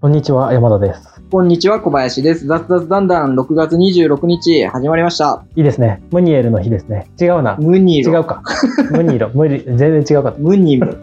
こんにちは、山田です。こんにちは、小林です。雑雑だんだん6月26日始まりました。いいですね。ムニエルの日ですね。違うな。ムニ違ロ。う か。ムニーロ。ムリ全然違うかった。ム ニム。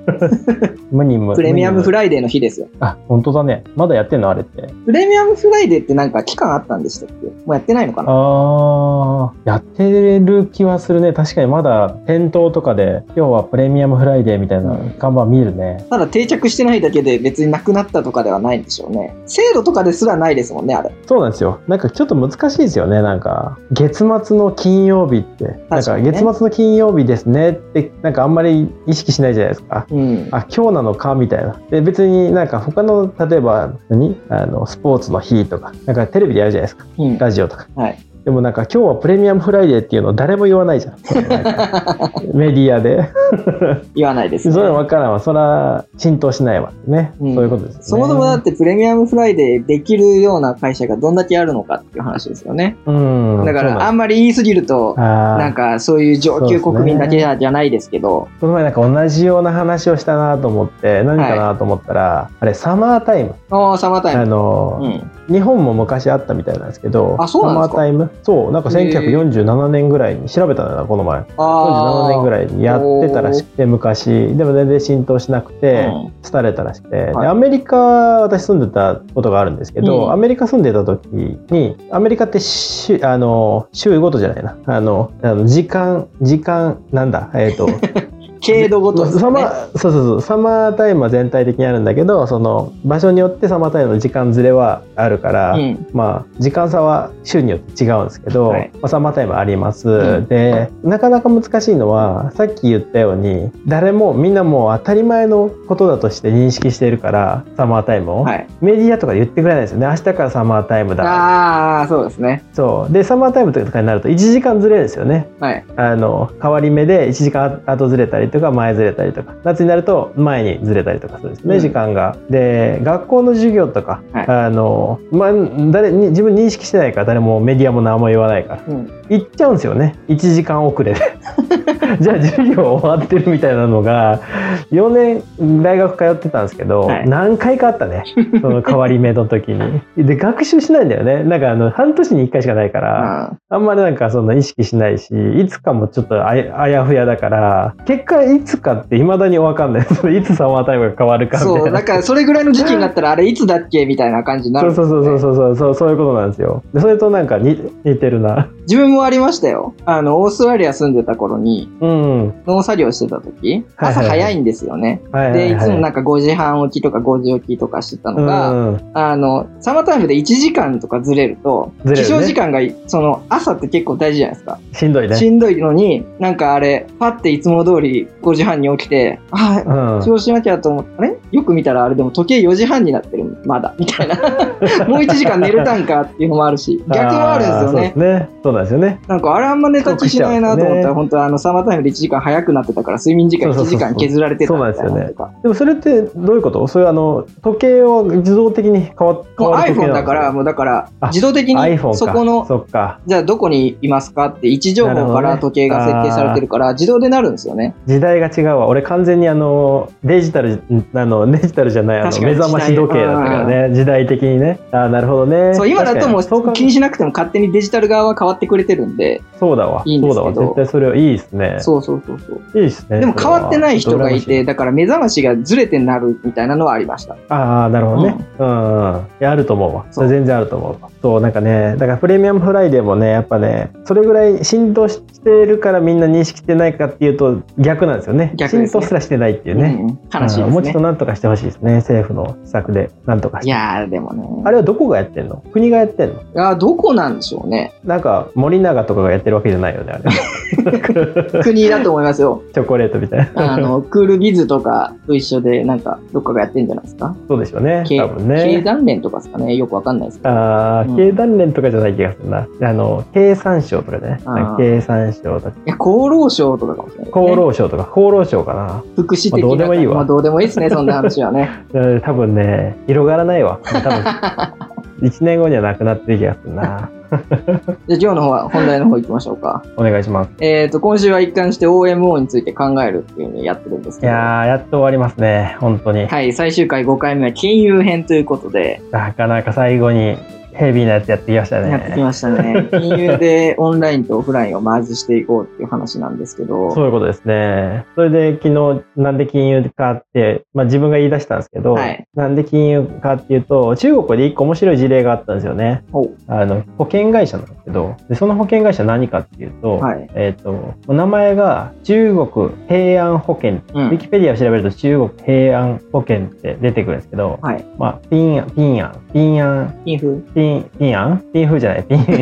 ムニム。プレミアムフライ。ライデーの日ですよ。あ、本当だね。まだやってんのあれって。プレミアムフライデーってなんか期間あったんでしたっけもうやってないのかなあー、やってる気はするね。確かにまだ店頭とかで、今日はプレミアムフライデーみたいな看板見るね。ただ定着してないだけで別になくなったとかではないんでしょうね。制度とかですらないですもんね、あれ。そうなんですよ。なんかちょっと難しいですよね。なんか、月末の金曜日って。なん確かかにね月末の金曜日ですねって、なんかあんまり意識しないじゃないですか。うん。あ今日なのかみたいなで別になんか他の例えば何あのスポーツの日とかなんかテレビでやるじゃないですかうん。ラジオとかはい。でもなんか今日はプレミアムフライデーっていうの誰も言わ ないじゃんメディアで言わないです、そね。れ分からんわそら浸透しないわね、うんそういうことですねそもそもだってプレミアムフライデーできるような会社がどんだけあるのかっていう話ですよね。うんだかそうらあなんんまり言いすぎると、ななんんかかそういう上級国民だけじゃじゃないですけど、この前なんか同じような話をしたなと思って何かなと思ったら、あれサマータイムああ、サマータイあム。の、うん。日本も昔あったみたいなんですけど、あそうなんですかサマータイムそう、なんか1947年ぐらいに調べたんだな、この前。あ47あ。年ぐらいにやってたらしくて、昔。でも全然浸透しなくて、廃れたらしくて、ではいアメリカ、私住んでたことがあるんですけど、うんアメリカ住んでた時に、アメリカって週、あの、週ごとじゃないな。あの、あの時間、時間、なんだ、えっ、と、うん。軽 度ごとですサよマね。ーそうそうそうサマータイムは全体的にあるんだけどその場所によってサマータイムの時間ずれはあるから、うん。まあ時間差は週によって違うんですけど、はいまあ、サマータイムあります、うんでなかなか難しいのはさっき言ったように誰もみんなもう当たり前のことだとして認識しているからサマータイムを、はい。メディアとか言ってくれないですよね明日からサマータイムだああ、そうですね。そうでサマータイムとかになると1時間ずれですよねはい。あの変わり目で1時間後ずれたりとか前ずれたりとか夏になると前にずれたりとかするんですね、うん時間が。で学校の授業とか、はいあのまあ、誰に自分認識してないから誰もメディアも何も言わないからうん。行っちゃうんですよね1時間遅れ で。じゃあ授業終わってるみたいなのが4年大学通ってたんですけど、はい何回かあった ねその変わり目の時に。で学習しないんだよねなんかあの半年に1回しかないから。ああんまりなんかその意識しないし、いつかもちょっとあやあやふやだから、結果いつかって未だに分かんない。 そのいつサマータイムが変わるーかみそたう、いなだ。からそれぐらいの時期になったら、あれいつだっけみたいな感じになそるうんですそうよね、そうそうそうそう、そういうことなんですよ。でそれとなんかに似てるな。自分もありましたよ。あの、オーストラリア住んでた頃に、うん。はい農作業してた時、はいはい朝早いんですよね。はい、はい。で、いつもなんか5時半起きとか5時起きとかしてたのが、うん、あの、サマータイムで1時間とかずれると、ずれるね起床時間が、その、朝って結構大事じゃないですか。しんどいね。しんどいのに、なんかあれ、パっていつも通り5時半に起きて、あうあ、ん、起床しなきゃと思って、あれよく見たらあれでも時計4時半になってる、まだ、みたいな。 もう1時間寝れたんかっていうのもあるし、逆もあるんですよあーね。そうですね。そうなんですよね。なんかあれあんま寝た気しないなと思遅刻しちゃうんでったすら、ね本当あの、サマータイムで1時間早くなってたから、睡眠時間1時間削られてたみたいそうそうそうそうなんなでとか。でもそれってどういうことそういうあの、時計を自動的に変わ変もうわる時計 iPhone なんでだすよから、もうだからあ、自動的 iPhone にか。そこのそっか。じゃあどこにいますかって位置情報かなるほどらね時計が設定されてるから自動でなるんですよね。時代が違うわ俺完全にあのデジタルあのデジタルじゃないあの確かに目覚まし時計だったからね時代的にねああなるほどねそう今だと確かもにそううか気にしなくても勝手にデジタル側は変わってくれてるんで、そうだわいいんそでうすだけどわ絶対それはいいですねそうそうそうそう。いいですねでも変わってない人がいそれて、はだから目覚ましがずれてなるみたいなのはありました。ああなるほどねうん、うん、いやあると思うわそそうれ全然あると思うわそうなんかねだからプレミアムフライデーもねやっぱねそれぐらい浸透してるからみんな認識してないかっていうと逆なんですよね逆ですね浸透すらしてないっていうね、うん悲しいうんもうちょっでとすね。なんとかしてほしいですね政府の施策でなんとかしていやーでもね。あれはどこがやってんの国がやってんのあーどこなんでしょ うね。なんか森永とかがやってるわけじゃないよねあ れ国だと思いま すよ。チョコレートみたいなあの、クールビズとかと一緒で、なんか、どっかがやってんじゃないですか。そうでしょうね経多分経ね団連とかですかね。よくわかんないですけど。あーうん経団連とかじゃない気がするな、あの経産省とかねあーなんか経産省とかいや、厚労省とかかもしれないですね。厚労省とか厚労省か福祉的な、まあどうでもいいわまあどうでもいいですね、そんな話 はね。なうん多分ね広がらないわ多分1年後にはなくなってる気がするなじゃあ今日の方は本題の方行きましょうか。お願いします。えっ、と、今週は一貫して OMO について考えるっていうのをやってるんですいけど。やー、やっと終わりますね。本当に。はい、最終回5回目は金融編ということで、なかなか最後にヘビーなやつやってきましたやってきね。ました ね。金融でオンラインとオフラインをマージしていこうっていう話なんですけど、そういうことですね。それで昨日、なんで金融かって、まあ自分が言い出したんですけど、はいなんで金融かっていうと、中国で一個面白い事例があったんですよね。ほうあの、保険会社なんですけど、でその保険会社何かっていうと、はい。えっ、と、お名前が中国平安保険。うウィん。キペディアを調べると中国平安保険って出てくるんですけど、はい。まあ、ピンアン、ピンアン、ピンアン、金風 ピン、ピンアンピン風じゃない、ピン、ピ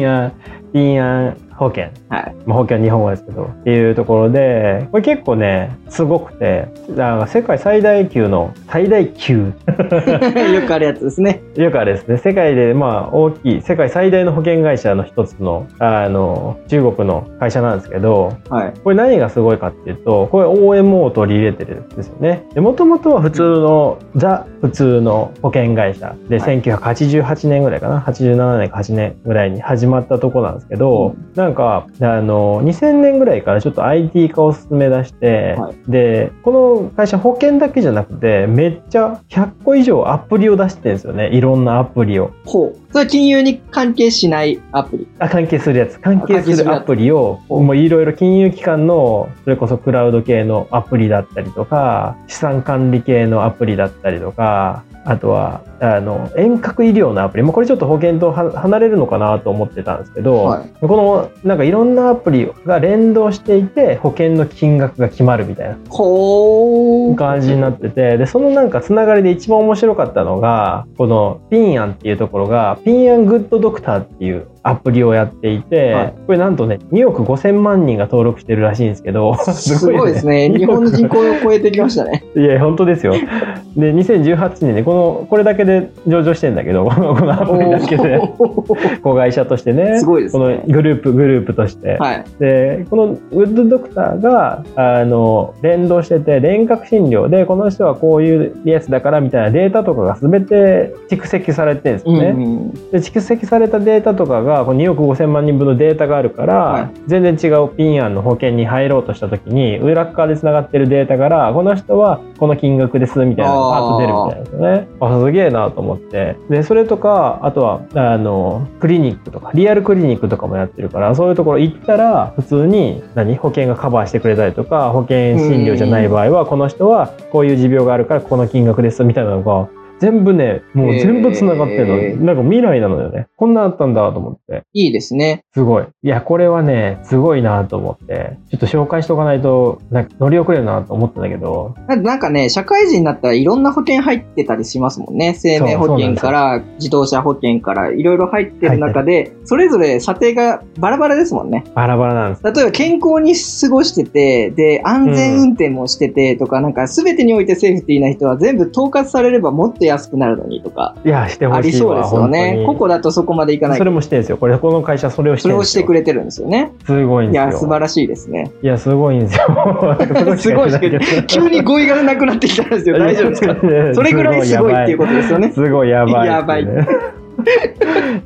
ンアン、ピンアン保険。はい。まあ、保険は日本語ですけど、っていうところで、これ結構ね、すごくて、なんか世界最大級の、最大級 よくあるやつですね。よくあれですね、世界でまあ大きい、世界最大の保険会社の一つの、あの、中国の会社なんですけど、はい。これ何がすごいかっていうと、これ OMO を取り入れてるんですよね。で、もともとは普通の、ザ普通の保険会社で、はい1988年ぐらいかな、87年か8年ぐらいに始まったとこなんですけど、うなんか、あの、2000年ぐらいからちょっと IT 化を進め出して、はいで、この会社保険だけじゃなくて、めっちゃ100個以上アプリを出してるんですよね。いろんなアプリを。ほう。それは金融に関係しないアプリ。あ関係するやつ関係するアプリをおもういろいろ金融機関のそれこそクラウド系のアプリだったりとか資産管理系のアプリだったりとかあとはあの遠隔医療のアプリもうこれちょっと保険とは離れるのかなと思ってたんですけど、はいこのなんかいろんなアプリが連動していて保険の金額が決まるみたいなほう。感じになっててでそのなんかつながりで一番面白かったのがこのピンアンっていうところがピンアングッドドクターっていうアプリをやっていて、はいこれなんとね2億5000万人が登録してるらしいんですけどすごい ですね。日本の人口を超えてきましたね。いや本当ですよで2018年でこのこれだけで上場してんだけどこ のこのアプリだけでおー子会社としてねすごいですこのね。グループグループとして、はい。でこのウッドドクターがあの連動してて遠隔診療でこの人はこういうやつだからみたいなデータとかが全て蓄積されてるんですうんよね、うん。で蓄積されたデータとかがこの2億5000万人分のデータがあるから、はい全然違うピン案の保険に入ろうとした時に裏側でつながってるデータからこの人はこの金額ですみたいなのがパッと出るみたいなんですよねあすげえなと思ってでそれとかあとはあのクリニックとかリアルクリニックとかもやってるからそういうところ行ったら普通に何保険がカバーしてくれたりとか保険診療じゃない場合はこの人はこういう持病があるからこの金額ですみたいなのが全部ねもう全部つながってるの、へーなんか未来なのよね。こんなんあったんだと思って。いいですね。すごい。いや、これはね、すごいなと思って。ちょっと紹介しておかないと、なんか乗り遅れるなと思ったんだけど。だってなんかね、社会人になったらいろんな保険入ってたりしますもんね。生命保険から自動車保険からいろいろ入ってる中で、それぞれ査定がバラバラですもんね。バラバラなんです。例えば健康に過ごしてて、で、安全運転もしててとか、なんか全てにおいてセーフティーな人は全部統括されればもっと安くなるのにとか、いや、してあほりしいそうわ。ですよね。個本々だとそこまでいか当なに。いそれもしてるんですよ。これ、この会社、それをしてそれるんをでしすよ。てくれてるんですよね。すごいんいですよ。や、素晴らしいですね。いや、すごいんですよ。 すごいしか 言ってない 急に語彙がなくなってきたんですよ。大丈夫ですか それぐらいすごいっていうことですよね。すごいやばい。やばい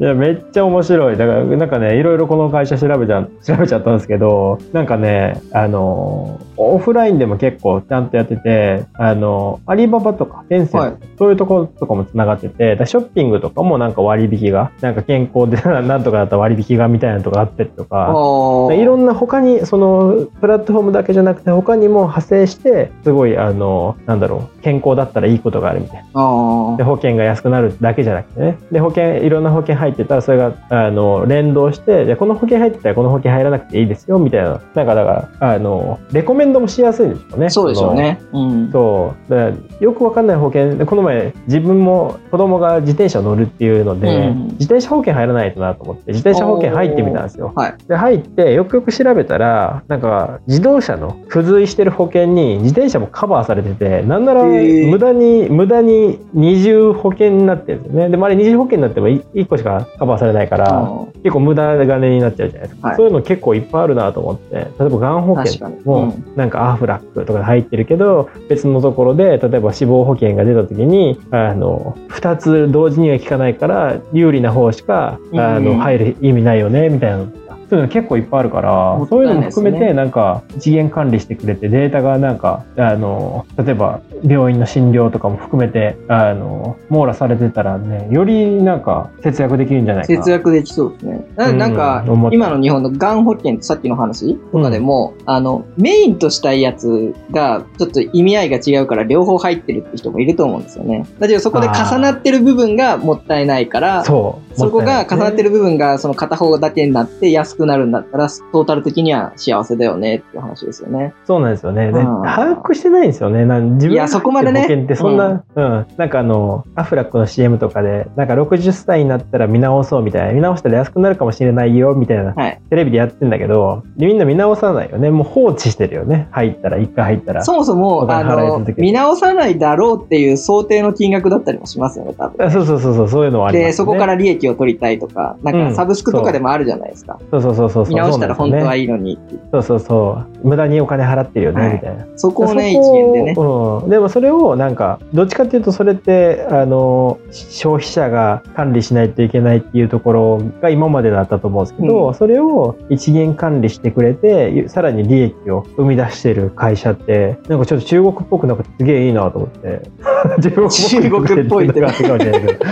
いや、めっちゃ面白い。だから、なんかね、いろいろこの会社調べちゃ、調べちゃったんですけど、なんかね、あの、オフラインでも結構ちゃんとやってて、あの、アリババとか、テンセントはいそういうところとかもつながってて、だからショッピングとかもなんか割引が、なんか健康で なんとかだったら割引がみたいなのとかあったりとか、おーいろんな他にそのプラットフォームだけじゃなくて他にも派生してすごいあのなんだろう健康だったらいいことがあるみたいなあで保険が安くなるだけじゃなくてねで保険いろんな保険入ってたらそれがあの連動してでこの保険入ってたらこの保険入らなくていいですよみたいななんかだからあのレコメンドもしやすいんでしょうねあ、そうでしょうね。うん。そうだからよくわかんない保険でこの前自分も子供が自転車乗るっていうので、うん自転車保険入らないとなと思って自転車保険入ってみたんですよ、はいで入ってよくよく調べたらなんか自動車の付随してる保険に自転車もカバーされててなんならへー無駄に、無駄に二重保険になってるんですよねでもあれ二重保険になってってもい1個しかカバーされないから、結構無駄金になっちゃうじゃないですか、はいそういうの結構いっぱいあるなと思って例えばがん保確険かに。もんなんかアフラックとかで入ってるけど別のところで例えば死亡保険が出た時にあの2つ同時には効かないから有利な方しかあうんの入る意味ないよねみたいなのとかそういうの結構いっぱいあるから、もったそういいうなのもいですね含めてなんか一元管理してくれてデータがなんかあの例えば病院の診療とかも含めてあの網羅されてたらねよりなんか節約できるんじゃないかな節約できそうですね。ななんかうん思っ、た今の日本のがん保険ってさっきの話とかでも、あの、メインとしたいやつが、ちょっと意味合いが違うから両方入ってるって人もいると思うんですよね。だけどそこで重なってる部分がもったいないから、そうそこが重なってるる部分がその片方だけになって安くなるんだったら、トータル的には幸せだよねっていう話ですよね。そうなんですよね。でうん把握してないんですよね。なん自分いやそこまでね保険ってそんな、うん、なんかあの、アフラックの CM とかで、なんか60歳になったら見直そうみたいな、見直したら安くなるかもしれないよみたいな、はいテレビでやってんだけど、みんな見直さないよね。もう放置してるよね。入ったら、一回入ったら。そもそおも、あ金払いの続け、る見直さないだろうっていう想定の金額だったりもしますよね、多分。あそうそうそうそう、そういうのはあります、ね。で、そこから利益を取りたいとか、なんうかんサブスクとかでもあるじゃないですか。そうそうそうそうそう。見直したら本当はいい。いのにっていうそうそうそう。無駄にお金払ってるよね、はいみたいな。そこをね、一そこ元でね。うん、でもそれをなんかどっちかっていうとそれってあの消費者が管理しないといけないっていうところが今までだったと思うんですけど、うんそれを一元管理してくれてさらに利益を生み出してる会社ってなんかちょっと中国っぽくなんかすげえいいなと思って 中国中国っぽいってなんか違うじゃないけど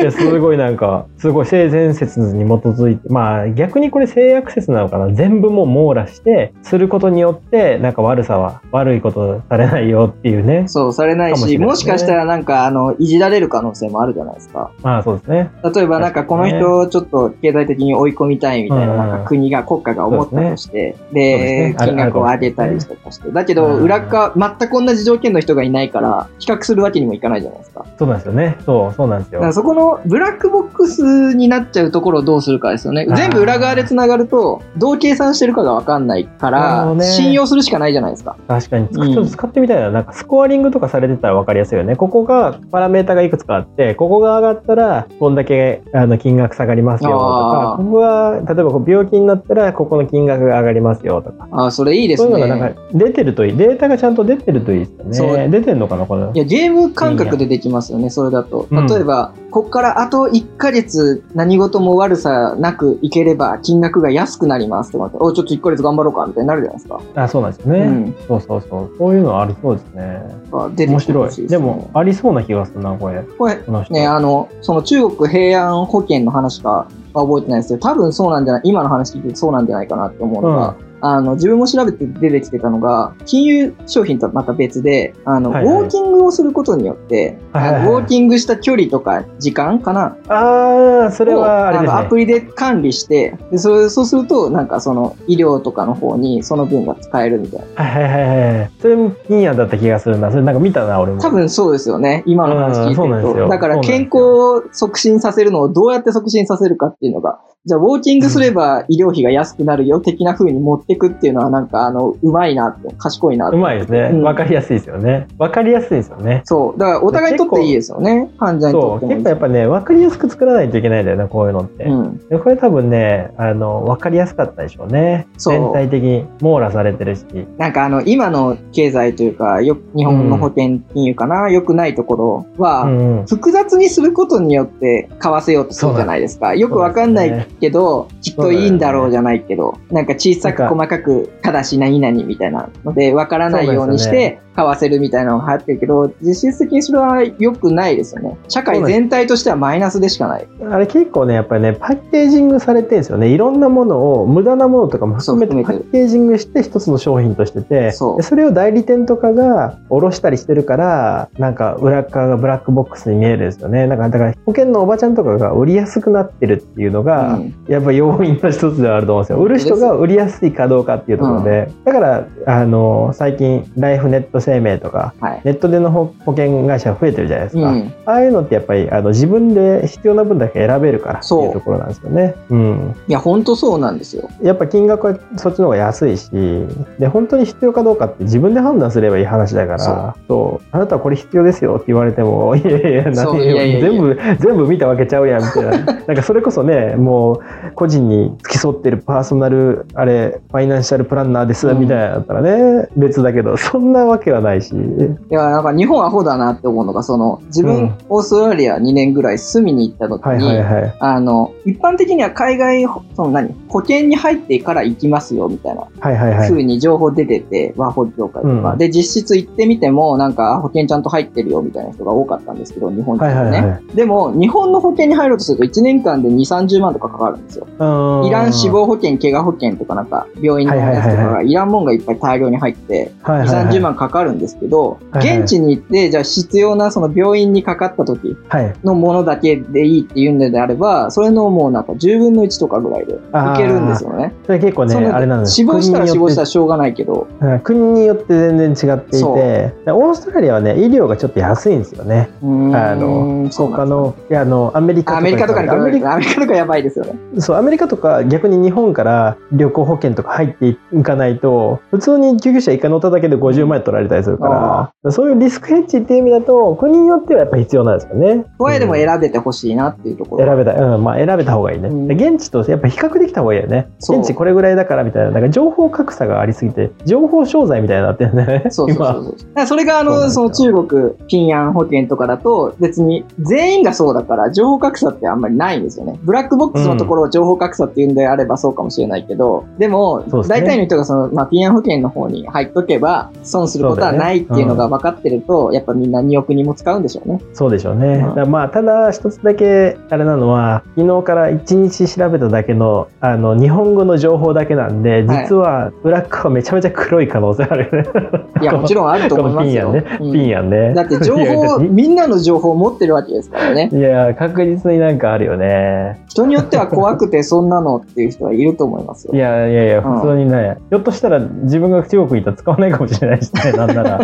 いやすごいなんかすごい性善説に基づいてまあ逆にこれ性悪説なのかな全部もう網羅してすることによってなんか悪さは悪いことされないよっていうねそう、されないかもし、しれないねもしかしたらなんか、あの、いじられる可能性もあるじゃないですか。まあそうですね例えばなんかこの人をちょっと経済的に追い込みたいみたいなうんなんか国が国家が思ったとして、そうですでねある金額を上げたりとかして、だけどうん裏っ側全く同じ条件の人がいないから比較するわけにもいかないじゃないですか。だそうなんですよねそうそうなんですからよそこのブラックボックスになっちゃうところをどうするかですよねあ。ー全部裏側で繋がるとどう計算してるかがわかんないかなるほらどね信用するしかないじゃないですか。確かにちうんょっと使ってみたいな,、なんかスコアリングとかされてたら分かりやすいよねここがパラメータがいくつかあってここが上がったらこんだけあの金額下がりますよとあかーここが例えばこう病気になったらここの金額が上がりますよとかあーそれいいでそうすいうね。のがなんか出てるといい、データがちゃんと出てるといいですよね。そう出てるのかな、これ。いや、ゲーム感覚でできますよね、それだと。うん例えば、こっからあと1ヶ月何事も悪さなくいければ金額が安くなりますとかって、おちょっと1ヶ月頑張ろうか、みたいになるじゃないですか。あ、そうなんですよね、うん。そうそうそう。そういうのありそうですね。あ出て面きて白ほい。しいですねも、、ありそうな気がするな、これ。これ、この人。ね、あの、その中国平安保険の話かは覚えてないですけど、多分そうなんじゃない、今の話聞いてそうなんじゃないかなって思うのが、あの、自分も調べて出てきてたのが、金融商品とはまた別で、あの、はいはいウォーキングをすることによって、はいはいはいあのウォーキングした距離とか時間かな、ああ、それをはあれですのね。アプリで管理してでそれそうするとなんかその医療とかの方にその分が使えるみたいなはいはいはいはい。それも金やだった気がするな。それなんか見たな、俺も。多分そうですよね今の話聞いてうんそうなんでるすとよだから健康を促進させるのをどうやって促進させるかっていうのがじゃあウォーキングすれば医療費が安くなるよ的な風に持ってくっていうのはなんかあのうまいなって賢いなってうまいですね。うんわ、かりやすいですよね。わかりやすいですよね。そうだからお互いにとっていいですよね患者にとそっうてもい結い構やっぱねわかりやすく作らないといけないんだよねこういうのって、うん、でこれ多分ねあのわかりやすかったでしょうねそう全体的に網羅されてるしなんかあの今の経済というかよ日本の保険金融かな良、くないところは、うんうん、複雑にすることによって買わせようとするじゃないですか。よくわかんないけど、きっといいんだろうじゃないけど、なんか小さくなんか細かく、ただし何々みたいなので、わからないようにしそうですて買わせるみたいなのが流行ってるけど、実質的にそれは良くないですよね。社会全体としてはマイナスでしかない。あれ結構ねやっぱりねパッケージングされてるんですよねいろんなものを無駄なものとかも含めそうてパ含めてッケージングして一つの商品としててそうでそれを代理店とかが卸したりしてるからなんか裏側がブラックボックスに見えるんですよねなんかだから保険のおばちゃんとかが売りやすくなってるっていうのが、うんやっぱ要因の一つではあると思うんですよ。売る人が売りやすいかどうかっていうところで、だからあの最近ライフネット生命とか、はい。ネットでの保保険会社増えてるじゃないですか。うん。ああいうのってやっぱりあの自分で必要な分だけ選べるからってそういうところなんですよね。うん、いや、本当そうなんですよ。やっぱ金額はそっちの方が安いしで本当に必要かどうかって自分で判断すればいい話だからそうそうあなたはこれ必要ですよって言われても いやいやそう何いやいやいや全部全部見たわけちゃうやんみたいななんかそれこそねもう個人に付き添ってるパーソナルあれファイナンシャルプランナーですみたいなのだったらね、別だけどそんなわけはないし。いや、なんか日本アホだなって思うのが、その、自分、うんオーストラリア2年ぐらい住みに行った時に、はいはいはい。あの、一般的には海外、その何、保険に入ってから行きますよ、みたいなはいはいはい。風に情報出てて、ワーホリ業界とか。うんで、実質行ってみても、なんか、あ保険ちゃんと入ってるよ、みたいな人が多かったんですけど、日本人はいはね。はいはい。でも、日本の保険に入ろうとすると、1年間で2、30万とかかかるんですよ。うんイラン死亡保険、怪我保険とかなんか、病院のやつとはいはいかはいが、イランもんがいっぱい大量に入って、はいは2、いはい30万かかるんですけど、はいはい現地に行って、じゃあ必要なその病院にかかった時はい。のものだけでいいっていうんであれば、それのもうなんか10分の1とかぐらいでいあーけるんですよね。それ結構ね、そのあれなんです死亡したら国によって死亡したらしょうがないけど、うん国によって全然違っていてそうでオーストラリアはね医療がちょっと安いんですよねうーんあのそうな他んですのいやあのアメリカとかアメリカとかに比アメべリると、アメリカとかやばいですよね。カそうアメリカとか逆に日本から旅行保険とか入っていかないと普通に救急車一回乗っただけで50万円取られたりするからそういうリスクヘッジっていう意味だと国によってはやっぱ必要なんですよね。声でもうん選べてほしいなっていうところ。選べた、うん、まあ選べた方がいいね。うんで現地とやっぱ比較できた方がいいよね。そう現地これぐらいだからみたいな、なんか情報格差がありすぎて、情報商材みたいになってるね。そうそうそ 今うそう。だからそれがあの、そそなうのんですよ中国、ピンアン保険とかだと、別に全員がそうだから、情報格差ってあんまりないんですよね。ブラックボックスのところを情報格差っていうんであればそうかもしれないけど、でも、そうですね大体の人がその、まあ、ピンアン保険の方に入っとけば、損することはないっていうのが分かってると、やっぱみんな2億人も使うんでしょうね。そうでしょうね。うんだからまあただ一つだけあれなのは昨日から一日調べただけのあの日本語の情報だけなんではい実はブラックはめちゃめちゃ黒い可能性あるよね。いや、もちろんあると思 いますよ。このピンやね。うんピンやんね。だって 情報、 みんなの情報を持ってるわけですからね。いや確実になんかあるよね。人によっては怖くてそんなのっていう人はいると思いますよい。やいやいやうん普通にね、ひょっとしたら自分が中国にいたら使わないかもしれないし ねなんなら。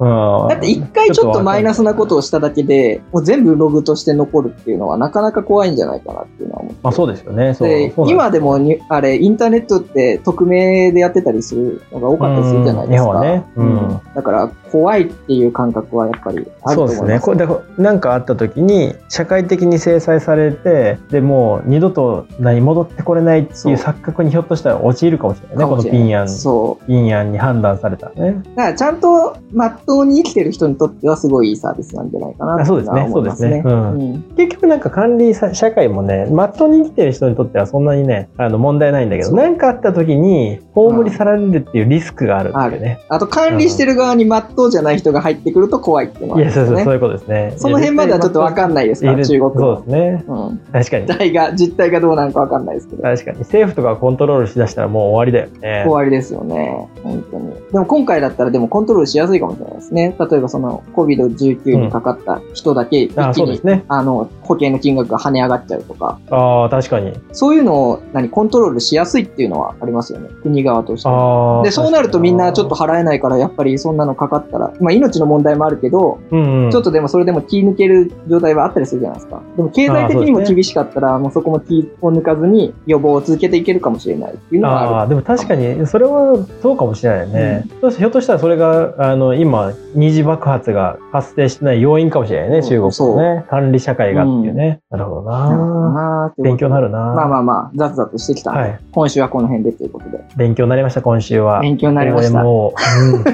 うん、だって一回ちょっとマイナスなことを。をしただけで、もう全部ログとして残るっていうのはなかなか怖いんじゃないかなっていうのは思って。まあそうですよね。そうでそうなんす今でもにあれ、インターネットって匿名でやってたりするのが多かったりするじゃないですうん日本か。はねうんうんだから、怖いっていう感覚はやっぱりあるとそうで思いますすね。これだからなんかあった時に社会的に制裁されてでもう二度と何戻ってこれないっていうそう錯覚にひょっとしたら陥るかもしれないねかこものしれピないンヤンそう。ピンヤンに判断されたらねだから、ちゃんと、まっとうに生きてる人にとってはすごいいいサービスなんじゃないかなあっていそううでのすはねそ思ういでますすねね。ううんん結局なんか管理さ社会もねまっとうに生きてる人にとってはそんなにねあの問題ないんだけどそう何かあった時に葬り去られるっていうリスクがあるっていうね、あと、管理してる側にまっとうじゃない人が入ってくると怖いっていうのはいありやまそうすそうそねう。いうことですねその辺まではちょっとわかんないですいかやら、絶中対国そうのですねうん。確かに実態が、実態がどうなのかわかんないですけど。確かに政府とかがコントロールしだしたらもう終わりだよね終わりですよね。本当に。でも今回だったらでもコントロールしやすいかもしれないですね。例えばその COVID-19 にかかった人だけ一気あそうでに、すねあの、保険の金額が跳ね上がっちゃうとか、ああ確かにそういうのを何、コントロールしやすいっていうのはありますよね。国側として。あーで、そうなるとみんなちょっと確か払えないから、やっぱりそんなのかかったら、まあ命の問題もあるけど、にうんうんちょっとでもそれでも気抜ける状態はあったりするじゃないですか。でも経済的にも厳しかったら、もうそこも気を抜かずに予防を続けていけるかもしれないっていうのはあある。あでも確かにそれはそうかもしれないよね、そうひょっとしたらそれがあの今二次爆発が発生してない要因かもしれないねそう中国のね管理社会がっていうね、なるほどなああ、勉強になるなまあまあまあ、雑々してきたんで、はい今週はこの辺でということで、勉強になりました今週は勉強になりました。もう、うん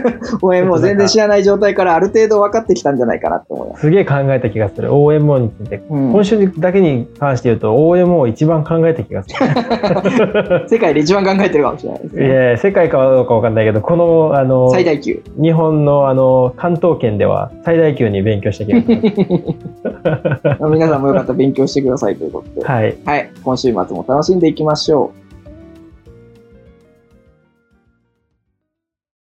応援も全然知らない状態からある程度分かってきたんじゃないかなって思います。すげえ考えた気がする OMO についてうん今週だけに関して言うと OMO を一番考えた気がする世界で一番考えてるかもしれないですいね。やいや世界かどうかわかんないけどこのあの最 大級。日本のあの関東圏では最大級に勉強した気がします。皆さんもよかったら勉強してくださいということで。 はい。はい、今週末も楽しんでいきましょう。